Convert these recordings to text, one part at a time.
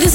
this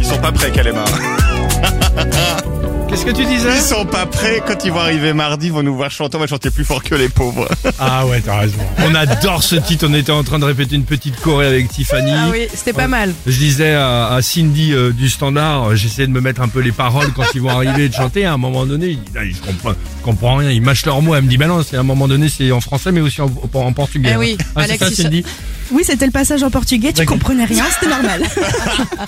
Ils sont pas prêts, Kalema. Qu'est-ce que tu disais Ils sont pas prêts. Quand ils vont arriver mardi, ils vont nous voir chanter. On va chanter plus fort que les pauvres. Ah ouais, t'as raison. On adore ce titre. On était en train de répéter une petite choré avec Tiffany. Ah oui, c'était pas mal. Je disais à, à Cindy euh, du standard, euh, j'essayais de me mettre un peu les paroles quand ils vont arriver de chanter. À un moment donné, ils, là, ils comprennent, je comprends rien. Ils mâchent leurs mots. Elle me dit, bah non, c'est à un moment donné, c'est en français, mais aussi en, en- en portugais. Eh oui, Ah, c'est Alex, ça, il se- Cindy. Oui, c'était le passage en portugais, tu D'accord. comprenais rien, c'était normal.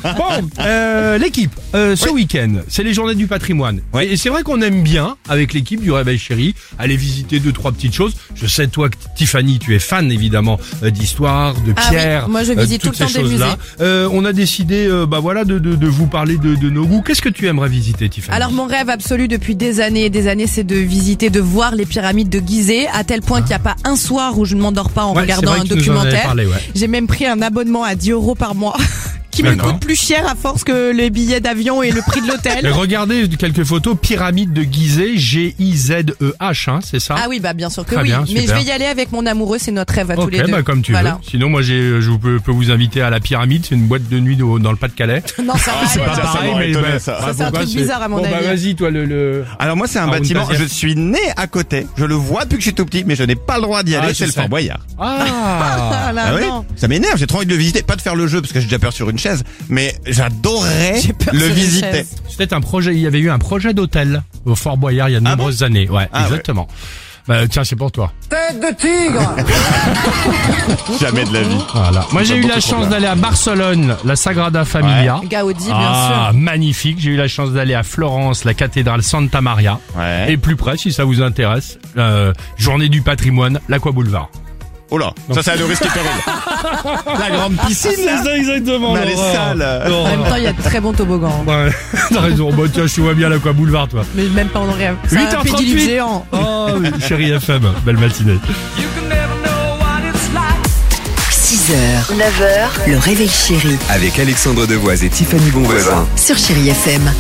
Bon, euh, l'équipe, euh, ce week-end, c'est les journées du patrimoine. Et c'est vrai qu'on aime bien, avec l'équipe du Réveil Chéri, aller visiter deux, trois petites choses. Je sais, toi, que Tiffany, tu es fan, évidemment, euh, d'histoire, de Ah oui, pierre. euh, moi, je visite toutes tout le ces temps des choses-là. Euh, on a décidé, euh, bah voilà, de, de, de vous parler de, de nos goûts. Qu'est-ce que tu aimerais visiter, Tiffany Alors mon rêve absolu depuis des années et des années, c'est de visiter, de voir les pyramides de Gizeh, à tel point qu'il n'y a pas un soir où je ne m'endors pas en Ouais, regardant c'est vrai un que tu nous en avais documentaire. parlé, ouais. J'ai même pris un abonnement à 10 euros par mois, qui me D'accord. coûte plus cher à force que les billets d'avion et le prix de l'hôtel. Mais regardez quelques photos, pyramide de Gizeh, G-I-Z-E-H, hein, c'est ça Ah oui, bah bien sûr que Très oui. bien, Mais je super. vais y aller avec mon amoureux, c'est notre rêve à tous Ok, les deux. bah comme tu Voilà. veux. Sinon, moi, j'ai, je vous peux, peux vous inviter à la pyramide. C'est une boîte de nuit dans dans le Pas-de-Calais. bah, Non, ça va. c'est aller. pas ça m'aurait étonné, ça. Ça, c'est un pourquoi truc bizarre, à mon bon, Bah, avis. vas-y, toi, le. le... Alors moi, c'est un Arun bâtiment. Taziev. Je suis né à côté. Je le vois depuis que je suis tout petit, mais je n'ai pas le droit d'y Ah, aller. je c'est le sais. Fort Boyard. Ah Ah là, Ah oui non. Ça m'énerve. J'ai trop envie de le visiter, pas de faire le jeu parce que j'ai déjà peur sur une chaise. Mais j'adorerais J'ai peur le sur une visiter. chaise. C'était un projet. Il y avait eu un projet d'hôtel au Fort Boyard il y a de nombreuses années. Ouais, Ah, exactement. Bah, tiens, c'est pour toi. Jamais de la vie. Voilà. Moi, j'ai eu la chance d'aller à Barcelone, la Sagrada Familia. Gaudi, bien Ah, magnifique. J'ai eu la chance d'aller à Florence, la cathédrale Santa Maria. Ouais. Et plus près, si ça vous intéresse, euh, journée du patrimoine, l'Aqua Boulevard. Oh là, ça c'est le risque et péril. la grande piscine. là. ça, exactement. Mais elle est l'horreur. sale. sûr. En même temps, il y a de très bons toboggans. Ouais, t'as raison. Bah, tiens, je te vois bien là, quoi, boulevard, toi. Mais même pas en rêve. C'est un 8h38. pédiluve géant. Oh, oui, chérie FM, belle matinée. 6h, 9h, le réveil chéri Avec Alexandre Devoise et Tiffany Bonvoisin. sur Chérie FM.